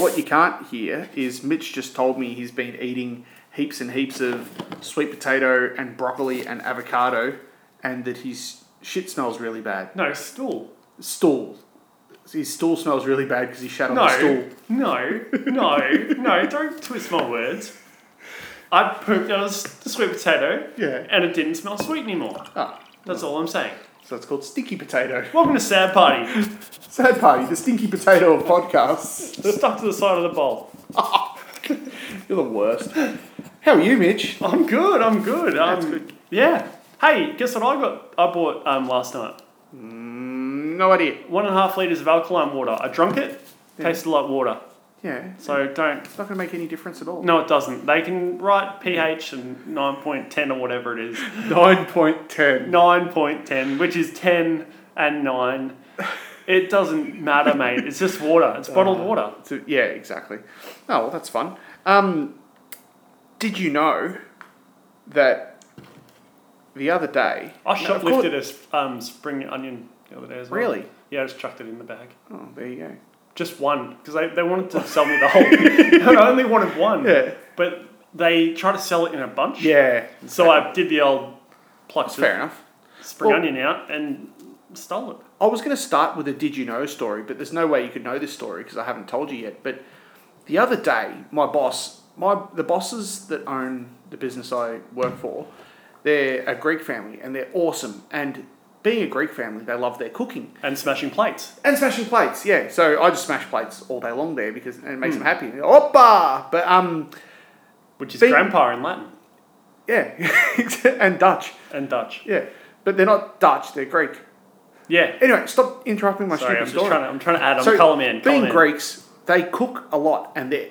What you can't hear is Mitch just told me he's been eating heaps and heaps of sweet potato and broccoli and avocado, and that his shit smells really bad. No, stool. Stool. His stool smells really bad because he shat on No, the stool. no, no, no, don't twist my words. I pooped on a s- sweet potato Yeah. and it didn't smell sweet anymore. Ah, That's all I'm saying. so it's called sticky potato. Welcome to Sad Party. Sad party, the stinky potato of podcasts. Stuck to the side of the bowl. You're the worst. How are you, Mitch? I'm good, I'm good. Um, That's good. Yeah. Hey, guess what I got? I bought um, last night. Mm, no idea. One and a half litres of alkaline water. I drunk it, Yeah. tasted like water. Yeah, So don't. it's not going to make any difference at all. No, it doesn't. They can write pH and 9.10 or whatever it is. Nine point ten. 9.10, which is 10 and 9. It doesn't matter, mate. It's just water. It's bottled Uh, water. So, yeah, exactly. Oh, well, that's fun. Um, did you know that the other day? I No, of course- shoplifted a s- um, spring onion the other day as well. Really? Yeah, I just chucked it in the bag. Oh, there you go. Just one, because they, they wanted to sell me the whole. I only wanted one. Yeah. But they tried to sell it in a bunch. Yeah. So I did the old plucked That's fair enough. the spring Well- onion out and stole it. I was going to start with a did you know story, but there's no way you could know this story because I haven't told you yet. But the other day, my boss, my the bosses that own the business I work for, they're a Greek family and they're awesome. And being a Greek family, they love their cooking. And smashing plates. And smashing plates, yeah. So I just smash plates all day long there because and it Hmm. makes them happy. Oppa! But um, Which is They- grandpa in Latin yeah, and Dutch, and Dutch. yeah. But they're not Dutch; they're Greek. Yeah. Anyway, stop interrupting my Sorry, stupid I'm just story. trying to, I'm trying to add. I'm so column in. being column in. Greeks, they cook a lot and they're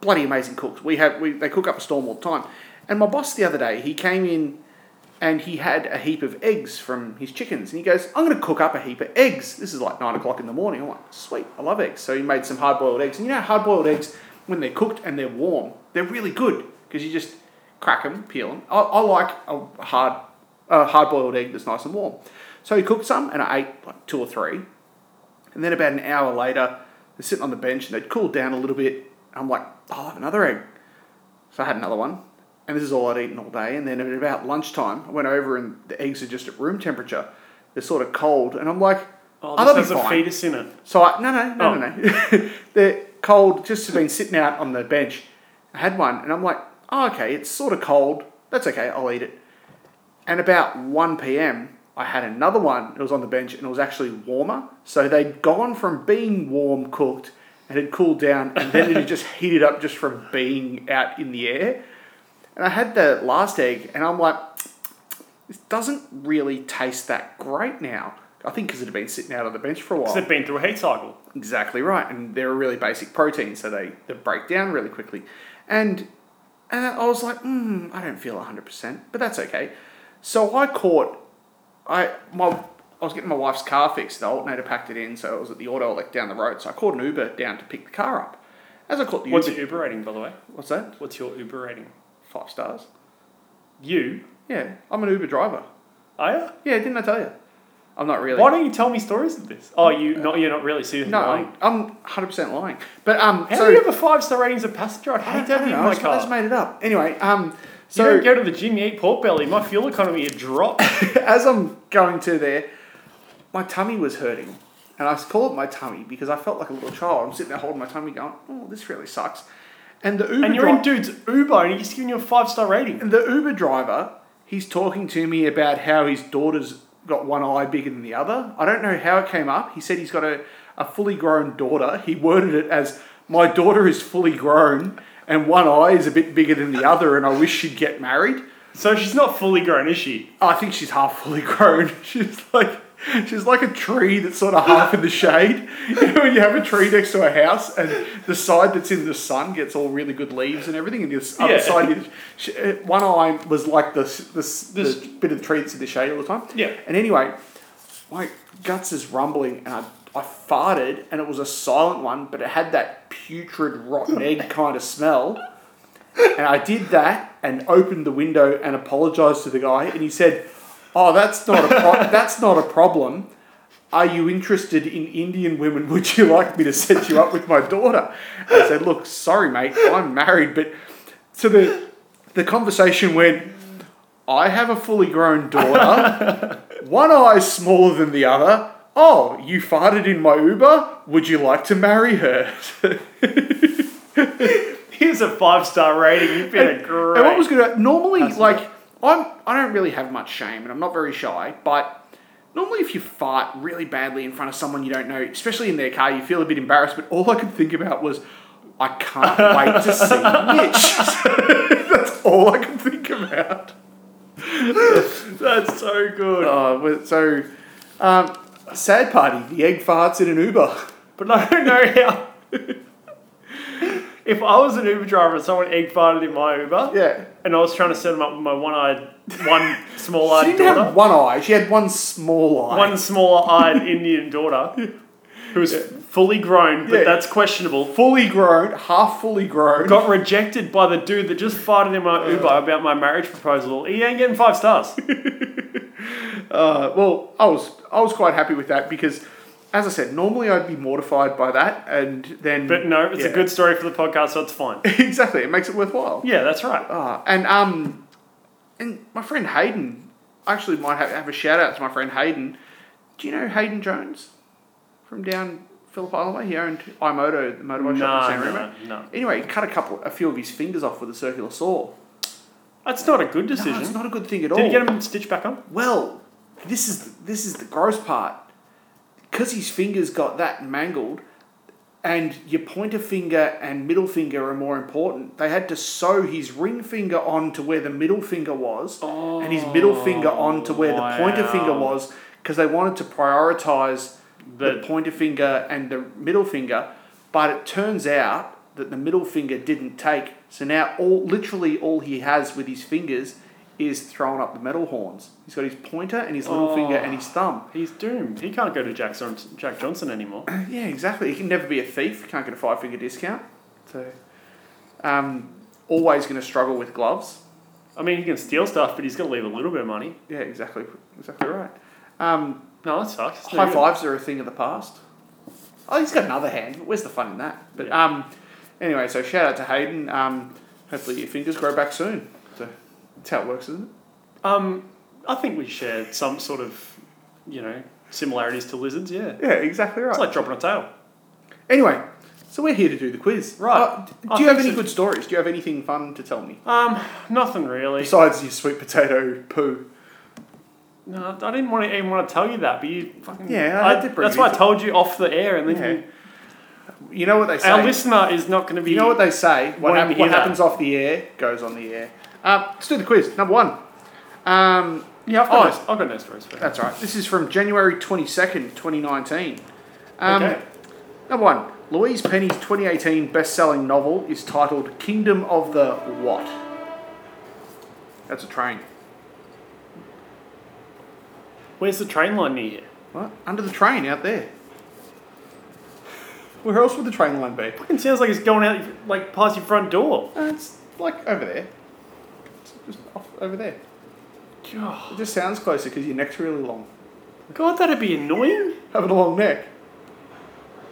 bloody amazing cooks. We have we, they cook up a storm all the time. And my boss the other day, he came in and he had a heap of eggs from his chickens, and he goes, "I'm going to cook up a heap of eggs." This is like nine o'clock in the morning. I'm like, "Sweet, I love eggs." So he made some hard boiled eggs, and you know, hard boiled eggs when they're cooked and they're warm, they're really good because you just crack them, peel them. I, I like a hard a hard boiled egg that's nice and warm. So he cooked some, and I ate like two or three. And then about an hour later, they're sitting on the bench and they'd cooled down a little bit. I'm like, I'll have another egg. So I had another one. And this is all I'd eaten all day. And then at about lunchtime, I went over and the eggs are just at room temperature. They're sort of cold. And I'm like, Oh, oh, this that'll be has a fine. fetus in it. So I, no, no, no, no, no. They're cold, just have been sitting out on the bench. I had one and I'm like, oh, okay, it's sort of cold. That's okay, I'll eat it. And about 1 p.m., I had another one. It was on the bench and it was actually warmer. So they'd gone from being warm cooked and had cooled down and then it had just heated up just from being out in the air. And I had the last egg and I'm like, this doesn't really taste that great now. I think because it had been sitting out on the bench for a while. Because they've been through a heat cycle. Exactly right, and they're a really basic protein, so they, they break down really quickly. And and I was like, mm, I don't feel hundred percent, but that's okay. So I caught, I my I was getting my wife's car fixed. The alternator packed it in, so it was at the auto elect down the road. So I called an Uber down to pick the car up. As I caught the What's Uber, your Uber rating, by the way? what's that? What's your Uber rating? Five stars. You? Yeah, I'm an Uber driver. Are you? Yeah, didn't I tell you? I'm not really. Why don't you tell me stories of this? Oh, you not you're not really serious. no, lying. I'm- I'm hundred percent lying. But um, How so do you have a five star rating as a passenger? I'd hate to have you in know, I my just- I car. just made it up. Anyway, um, so you don't go to the gym, you eat pork belly. My fuel economy had dropped. as I'm going to there, my tummy was hurting. And I call it my tummy because I felt like a little child. I'm sitting there holding my tummy going, oh, this really sucks. And the Uber, and you're dri- in dude's Uber and he's giving you a five star rating. and the Uber driver, he's talking to me about how his daughter's got one eye bigger than the other. I don't know how it came up. He said he's got a, a fully grown daughter. He worded it as, my daughter is fully grown and one eye is a bit bigger than the other and I wish she'd get married. So she's not fully grown, is she? I think she's half fully grown. She's like she's like a tree that's sort of half in the shade. You know, when you have a tree next to a house and the side that's in the sun gets all really good leaves and everything, and the other Yeah. side, you- she, uh, one eye was like the, s- the, s- the This- bit of the tree that's in the shade all the time. Yeah. And anyway, my guts is rumbling and I, I farted and it was a silent one, but it had that putrid rotten egg kind of smell. And I did that and opened the window and apologized to the guy and he said, "Oh, that's not a pro- that's not a problem. Are you interested in Indian women? Would you like me to set you up with my daughter? I said, Look, sorry, mate, I'm married. But so the, the conversation went, I have a fully grown daughter, one eye smaller than the other. Oh, you farted in my Uber? Would you like to marry her? Here's a five star rating. You've been a great. And what was good? Normally, That's like I'm, I don't really have much shame, and I'm not very shy. But normally, if you fart really badly in front of someone you don't know, especially in their car, you feel a bit embarrassed. But all I could think about was, I can't wait to see Mitch. That's all I could think about. That's so good. Uh, but- so, um, sad party. The egg farts in an Uber. But I don't know how. if I was an Uber driver and someone egg farted in my Uber, Yeah. and I was trying to set him up with my one-eyed, one She small-eyed didn't have daughter, one eye. She had one small eye. one smaller-eyed Indian daughter, who was fully grown, but Yeah. that's questionable. fully grown, half fully grown. Got rejected by the dude that just farted in my Uber about my marriage proposal. He ain't getting five stars. Uh, well, I was I was quite happy with that because, as I said, normally I'd be mortified by that, and then But no, it's a Yeah. good story for the podcast, so it's fine. exactly it makes it worthwhile. Yeah, that's right. Uh, and um, and my friend Hayden, I actually might have, have a shout out to my friend Hayden. Do you know Hayden Jones from down Phillip Island way? He owned iMoto, the No, motorbike shop in San Remo. no, no. Anyway, he cut a couple, a few of his fingers off with a circular saw. That's not a good No, decision. it's not a good thing at all. Did he get him stitched back on? Well, this is this is the gross part. Because his fingers got that mangled, and your pointer finger and middle finger are more important. They had to sew his ring finger on to where the middle finger was, and his middle finger on to where the pointer wow. finger was, because they wanted to prioritize the, The- pointer finger and the middle finger. But it turns out that the middle finger didn't take. So now all literally all he has with his fingers is throwing up the metal horns. He's got his pointer and his little finger and his thumb. He's doomed. He can't go to Jack, Johnson- Jack Johnson anymore. Yeah, exactly. You can never be a thief. You can't get a five finger discount. So, um, always going to struggle with gloves. I mean, he can steal stuff, but he's going to leave a little bit of money. Yeah, exactly. Exactly right. Um, No, that sucks. It's no high good. fives are a thing of the past. Oh, he's got another hand. but Where's the fun in that? But Yeah. um, anyway, so shout out to Hayden. Um, hopefully your fingers grow back soon. So that's how it works, isn't it? Um, I think we share some sort of, you know, similarities to lizards. Yeah, Yeah, exactly right. it's like dropping a tail. anyway, so we're here to do the quiz. Right. Uh, d- I do you have think any so. good stories? Do you have anything fun to tell me? Um, nothing really. Besides your sweet potato poo. No, I didn't want to even want to tell you that, but you fucking Yeah, I had to bring that's you why I to- told you off the air, and then Yeah. you, You know what they say. our listener is not going to be. You know what they say? What, Wanting hap- to what hear that. happens off the air goes on the air. Uh, let's do the quiz. Number one. Um, yeah, I've got, Oh. no, I've got no stories for you. that's right. This is from January 22nd, 2019. Um, okay. Number one. Louise Penny's 2018 best selling novel is titled Kingdom of the What? That's a train. Where's the train line near here? What? Under the train out there. Where else would the train line be? It sounds like it's going out like past your front door. Uh, it's like over there. It's just off over there. God, It just sounds closer because your neck's really long. God that'd be annoying. Having a long neck.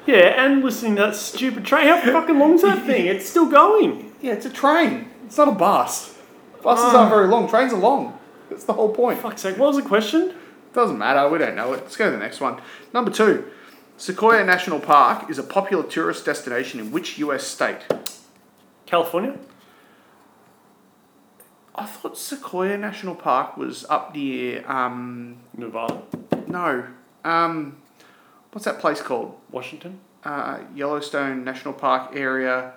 Yeah, and listening to that stupid train. How fucking long's that thing? It's still going. Yeah, it's a train. It's not a bus. Buses aren't very long. Trains are long. That's the whole point. Fuck's sake, what was the question? Doesn't matter. We don't know it. Let's go to the next one. Number two, Sequoia National Park is a popular tourist destination in which U.S. state? California? I thought Sequoia National Park was up near. Um, Nevada? no. Um, what's that place called? Washington? Uh, Yellowstone National Park area.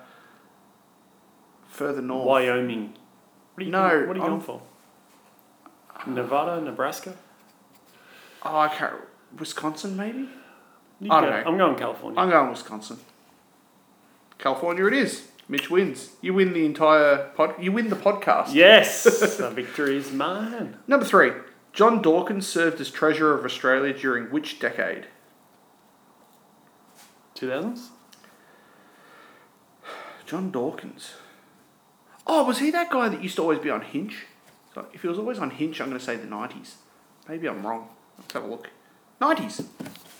Further north. Wyoming? What are you, No, what are you I'm- going for? Nevada? Nebraska? Oh, I can't. Wisconsin, maybe. You I don't go. know. I'm going California. I'm going Wisconsin. California it is. Mitch wins. You win the entire pod you win the podcast. yes! the victory is mine. Number three. John Dawkins served as Treasurer of Australia during which decade? 2000s? John Dawkins. Oh, was he that guy that used to always be on Hinge? So if he was always on Hinge, I'm going to say the 90s. Maybe I'm wrong. Let's have a look. 90s.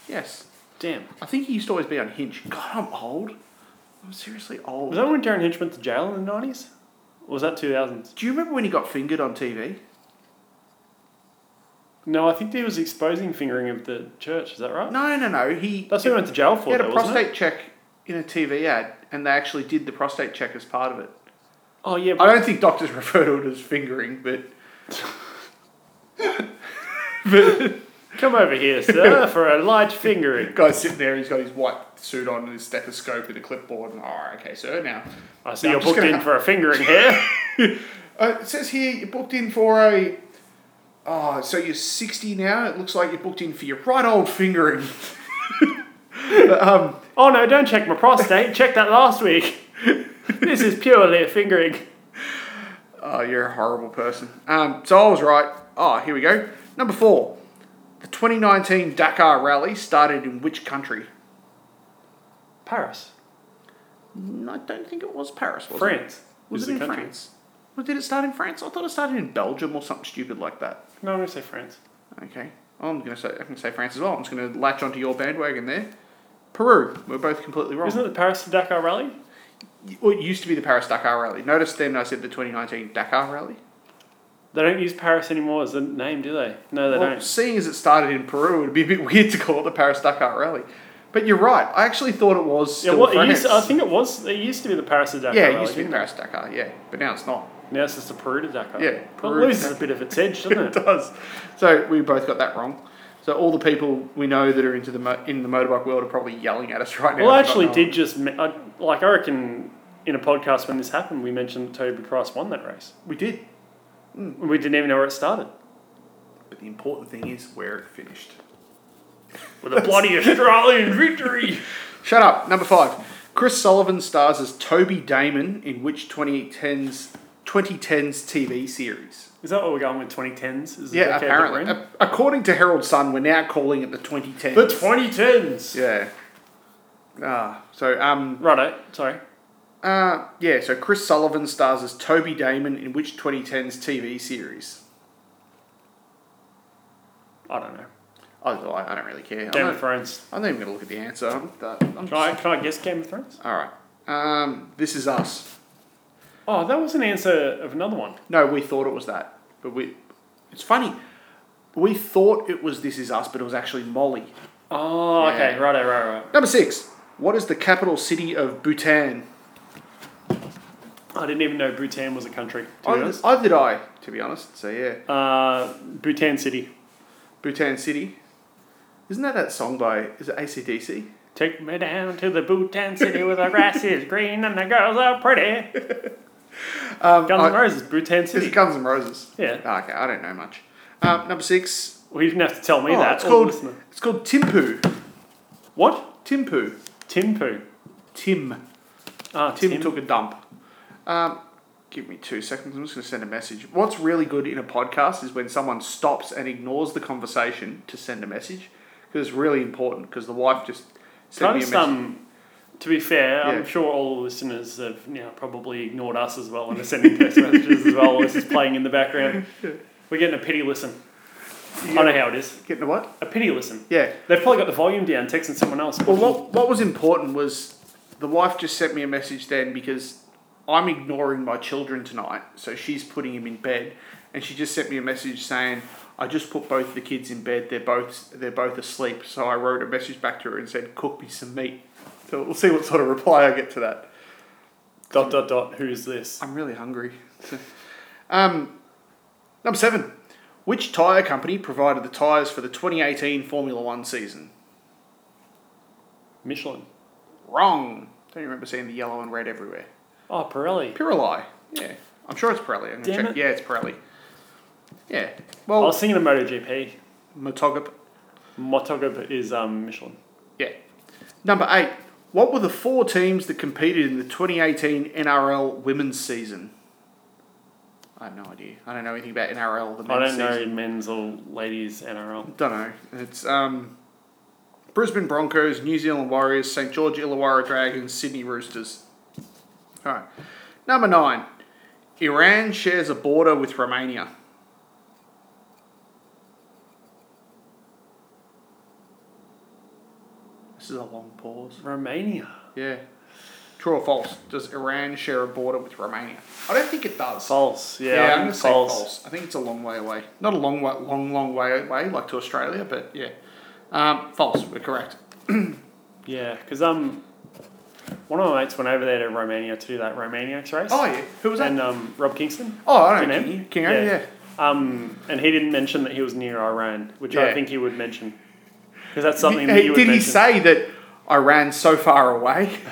Yes. Damn. I think he used to always be on Hinge. God, I'm old. I'm seriously old. Was that when Darren Hinch went to jail in the 90s? Or was that 2000s? Do you remember when he got fingered on TV? No, I think he was exposing fingering of the church. Is that right? No, no, no. He, That's who he went to jail he for, had though, a wasn't it? prostate check in a TV ad, and they actually did the prostate check as part of it. Oh, yeah. I But don't think doctors refer to it as fingering, but. but come over here, sir, for a large fingering. guy's sitting there, he's got his white suit on and his stethoscope and a clipboard, and, oh, okay, sir, now. I see No, you're I'm just booked gonna in have- for a fingering here. Uh, it says here you're booked in for a. Oh, so you're 60 now. It looks like you're booked in for your right old fingering. But, um, Oh no, don't check my prostate. Check that last week. this is purely a fingering. oh, you're a horrible person. Um, so I was right. Oh, here we go. Number four. The 2019 Dakar Rally started in which country? Paris, Mm, I don't think it was Paris, was it? France. Was is it in the country. France? Well, did it start in France? I thought it started in Belgium or something stupid like that. No, I'm gonna say France. Okay. I'm gonna say I'm gonna say France as well. I'm just gonna latch onto your bandwagon there. Peru. We're both completely wrong. Isn't it the Paris to Dakar rally? Well, it used to be the Paris Dakar Rally. Notice then I said the 2019 Dakar Rally. They don't use Paris anymore as a name, do they? No, they well, don't. Seeing as it started in Peru, it would be a bit weird to call it the Paris Dakar Rally. But you're right. I actually thought it was Yeah, still what, it France. used, I think it was. It used to be the Paris to Dakar. yeah, it rally, used to be the didn't Paris Dakar. Yeah, but now it's not. it? Now it's just the Peru to Dakar. Yeah, Peru it to loses a bit of its edge, It doesn't it? does. So we both got that wrong. So all the people we know that are into the mo- in the motorbike world are probably yelling at us right now. Well, I actually But, uh, did just me- I, like I reckon in a podcast when this happened, we mentioned that Toby Price won that race. We did. We didn't even know where it started. But the important thing is where it finished. With a bloody Australian victory. Shut up. Number five. Chris Sullivan stars as Toby Damon in which 2010's 2010's TV series? Is that what we're going with 2010s? Is the yeah, decade that apparently. we're in? A- according to Herald Sun, we're now calling it the 2010s. The 2010s. yeah. Ah, so um, Righto. Sorry. uh, yeah. So Chris Sullivan stars as Toby Damon in which 2010's TV series? I don't know. I, I don't really care. Game I'm, of not, Thrones. I'm not even gonna look at the answer. I'm, I'm Can I, can I guess Game of Thrones? All right. Um, this is us. Oh, that was an answer of another one. No, we thought it was that, but we. It's funny. We thought it was This Is Us, but it was actually Molly. Oh, Yeah. okay. Righto, right, right. Number six. What is the capital city of Bhutan? I didn't even know Bhutan was a country, to be I, honest. I did I, to be honest. So yeah, Uh, Bhutan City. Bhutan city. Isn't that that song by is it ACDC? Take me down to the Bhutan City where the grass is green and the girls are pretty. Um, Guns N' I- Roses, Bhutan It's City. Guns N' Roses. Yeah. Ah, okay, I don't know much. Um, number six. Well, you didn't have to tell me Oh, that. it's or the called listener. it's called Timpu. What? Timpu. Timpu. Tim. Ah, Tim, Tim. took a dump. Um, give me two seconds. I'm just going to send a message. What's really good in a podcast is when someone stops and ignores the conversation to send a message because it's really important. Because the wife just Can sent I me a just, message. um, to be fair, Yeah. I'm sure all the listeners have you know, probably ignored us as well and are sending text messages as well. This is playing in the background. We're getting a pity listen. I know how it is. Getting a what? A pity listen. Yeah. They've probably got the volume down, texting someone else. Well, what what was important was the wife just sent me a message then because I'm ignoring my children tonight, so she's putting him in bed, and she just sent me a message saying. I just put both the kids in bed. They're both they're both asleep. So I wrote a message back to her and said, "Cook me some meat." So we'll see what sort of reply I get to that. Dot dot dot. Who's this? I'm really hungry. um, number seven. Which tyre company provided the tyres for the 2018 Formula One season? Michelin. Wrong. Don't you remember seeing the yellow and red everywhere? Oh, Pirelli. Pirelli. Yeah. I'm sure it's Pirelli. I'm going to Damn check. it. Yeah, it's Pirelli. Yeah. I Well, was thinking of MotoGP. Motogop. MotoGP is um, Michelin. Yeah. Number eight. What were the four teams that competed in the 2018 NRL women's season? I have no idea. I don't know anything about NRL. The men's I don't season. know men's or ladies NRL. Don't know. It's um, Brisbane Broncos, New Zealand Warriors, St George Illawarra Dragons, Sydney Roosters. All right. Number nine. Iran shares a border with Romania. This is a long pause. Romania. Yeah. True or false? Does Iran share a border with Romania? I don't think it does. False. Yeah, Yeah, I I'm think gonna say false. I think it's a long way away. Not a long, wa- long, long way away, like to Australia, but yeah, um, false. We're correct. Yeah, because um, one of my mates went over there to Romania to do that Romaniacs race. Oh yeah, who was that? And um, Rob Kingston. oh, I don't Ken know. M? King, King yeah. yeah. Um, and he didn't mention that he was near Iran, which I Yeah. think he would mention. Because that's something that Hey, he would Did he mention. say that I ran so far away?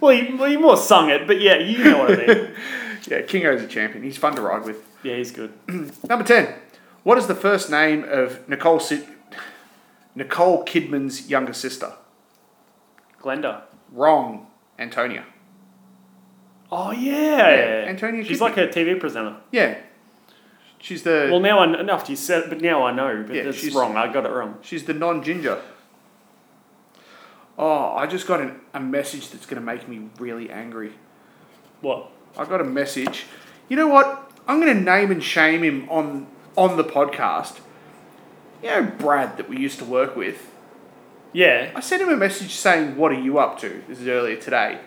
Well he, well, he more sung it, but yeah, you know what I mean. yeah, Kingo's a champion. He's fun to ride with. yeah, he's good. Number ten. What is the first name of Nicole Sid- Nicole Kidman's younger sister? Glenda. Wrong, Antonia. Oh, yeah. Yeah, Antonia She's Kidman. like a TV presenter. Yeah, she's the Well, now I know, after you said it, but now I know, but Yeah, that's she's- wrong. I got it wrong. She's the non ginger. Oh, I just got an, a message that's going to make me really angry. What? I got a message. You know what? I'm going to name and shame him on on the podcast. You know Brad that we used to work with. Yeah. I sent him a message saying, "What are you up to?" This is earlier today,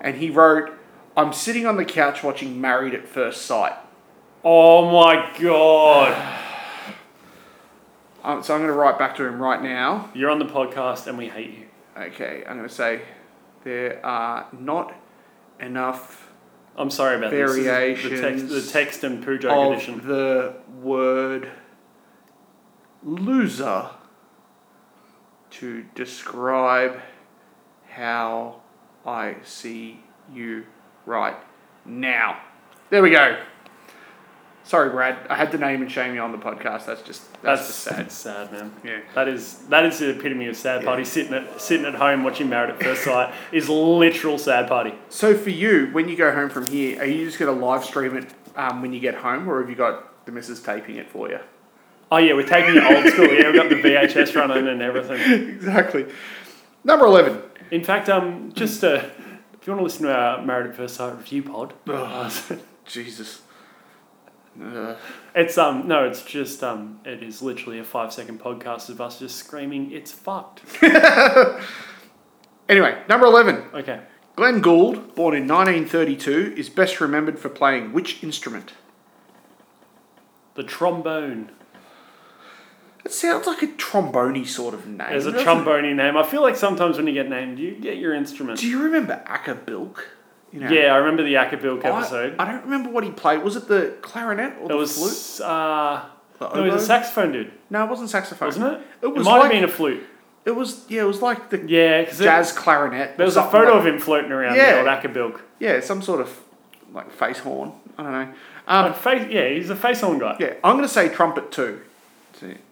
and he wrote, "I'm sitting on the couch watching Married at First Sight." Oh, my God. Um, so I'm going to write back to him right now. You're on the podcast and we hate you. Okay, I'm going to say there are not enough I'm sorry about this. this. is The text, Variations the text and poo joke of edition. the word loser to describe how I see you right now. There we go. Sorry, Brad. I had to name and shame you on the podcast. That's just that's, That's, just sad. that's sad, man. Yeah. That is that is the epitome of sad Yeah. party. Sitting at sitting at home watching Married at First Sight is literal sad party. So for you, when you go home from here, are you just going to live stream it um, when you get home, or have you got the missus taping it for you? Oh yeah, we're taking it old school. Yeah, we've got the VHS running and everything. exactly. Number eleven. In fact, um, just uh, if you want to listen to our Married at First Sight review pod, uh, Jesus. Uh, Ugh. it's um no, it's just um it is literally a five second podcast of us just screaming it's fucked. Anyway, number 11. Okay, Glenn Gould, born in 1932, is best remembered for playing which instrument? the trombone. It sounds like a trombone sort of name. There's a doesn't trombone name. I feel like sometimes when you get named, you get your it? instrument. Do you remember Ackerbilk? You know, Yeah, I remember the Akabilk I- episode. I, don't remember what he played. Was it the clarinet or It the flute? was uh, The no, it was oboe? a saxophone dude, No, it wasn't saxophone. wasn't it? It was might like- have been a flute. It was yeah, it was like the Yeah, because there jazz clarinet. was a photo of him floating around Yeah. the old Akabilk. yeah, some sort of like face horn. I don't know. Um, Like Uh, face, yeah, he's a face on guy. yeah, I'm gonna say trumpet too.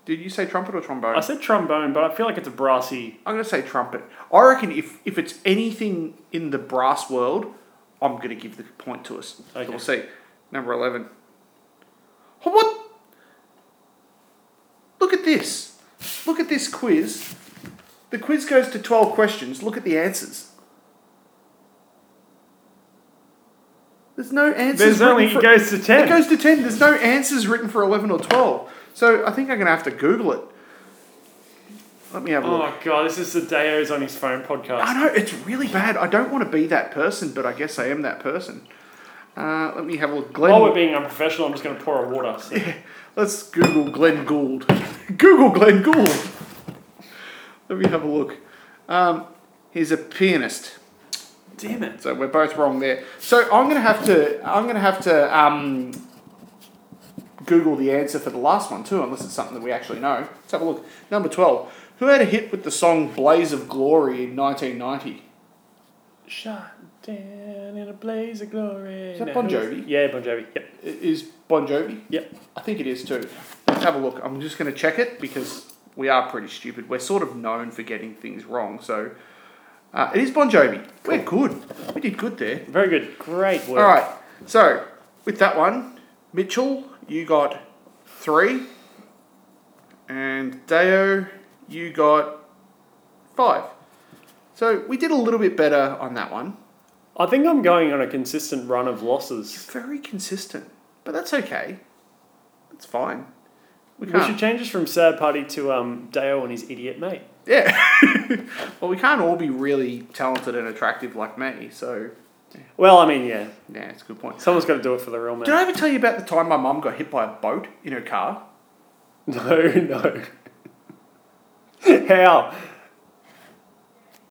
Did you say trumpet or trombone? I said trombone, but I feel like it's a brassy. I'm gonna say trumpet. I reckon if if it's anything in the brass world, I'm gonna give the point to us. So Okay. We'll see. Number eleven. Oh, what? Look at this. Look at this quiz. The quiz goes to twelve questions. Look at the answers. There's no answers. There's written only for- it goes to ten. it goes to 10. There's no answers written for 11 or 12. So I think I'm going to have to Google it. Let me have a look. oh god, this is the Dayo's on his phone I podcast. know, it's really bad. I don't want to be that person, but I guess I am that person. Uh, let me have a look. Glenn, While we're being unprofessional, I'm just going to pour a water. So. let's Google Glenn Gould. Google Glenn Gould. Let me have a look. Um, he's a pianist. Damn it! So we're both wrong there. So I'm gonna have to I'm gonna have to um, Google the answer for the last one too, unless it's something that we actually know. Let's have a look. Number twelve. Who had a hit with the song "Blaze of Glory" in 1990? Shot down in a blaze of glory. Is that Now, Bon who is- Jovi? Yeah, Bon Jovi. Yep. I- Is Bon Jovi? Yep. I think it is too. Let's have a look. I'm just gonna check it because we are pretty stupid. We're sort of known for getting things wrong. So uh, it is Bon Jovi. We're good. We did good there. Very good. Great work. All right. So with that one, Mitchell, you got three, and Deo, you got five. So we did a little bit better on that one. I think I'm going on a consistent run of losses. Very consistent, but that's okay. That's fine. We We can't. should change this from sad party to um, Dale and his idiot mate. Yeah. well, we can't all be really talented and attractive like me, so Well, I mean, yeah, yeah, it's a good point. someone's got to do it for the real Did man. I ever tell you about the time my mum got hit by a boat in her car? No, no. How?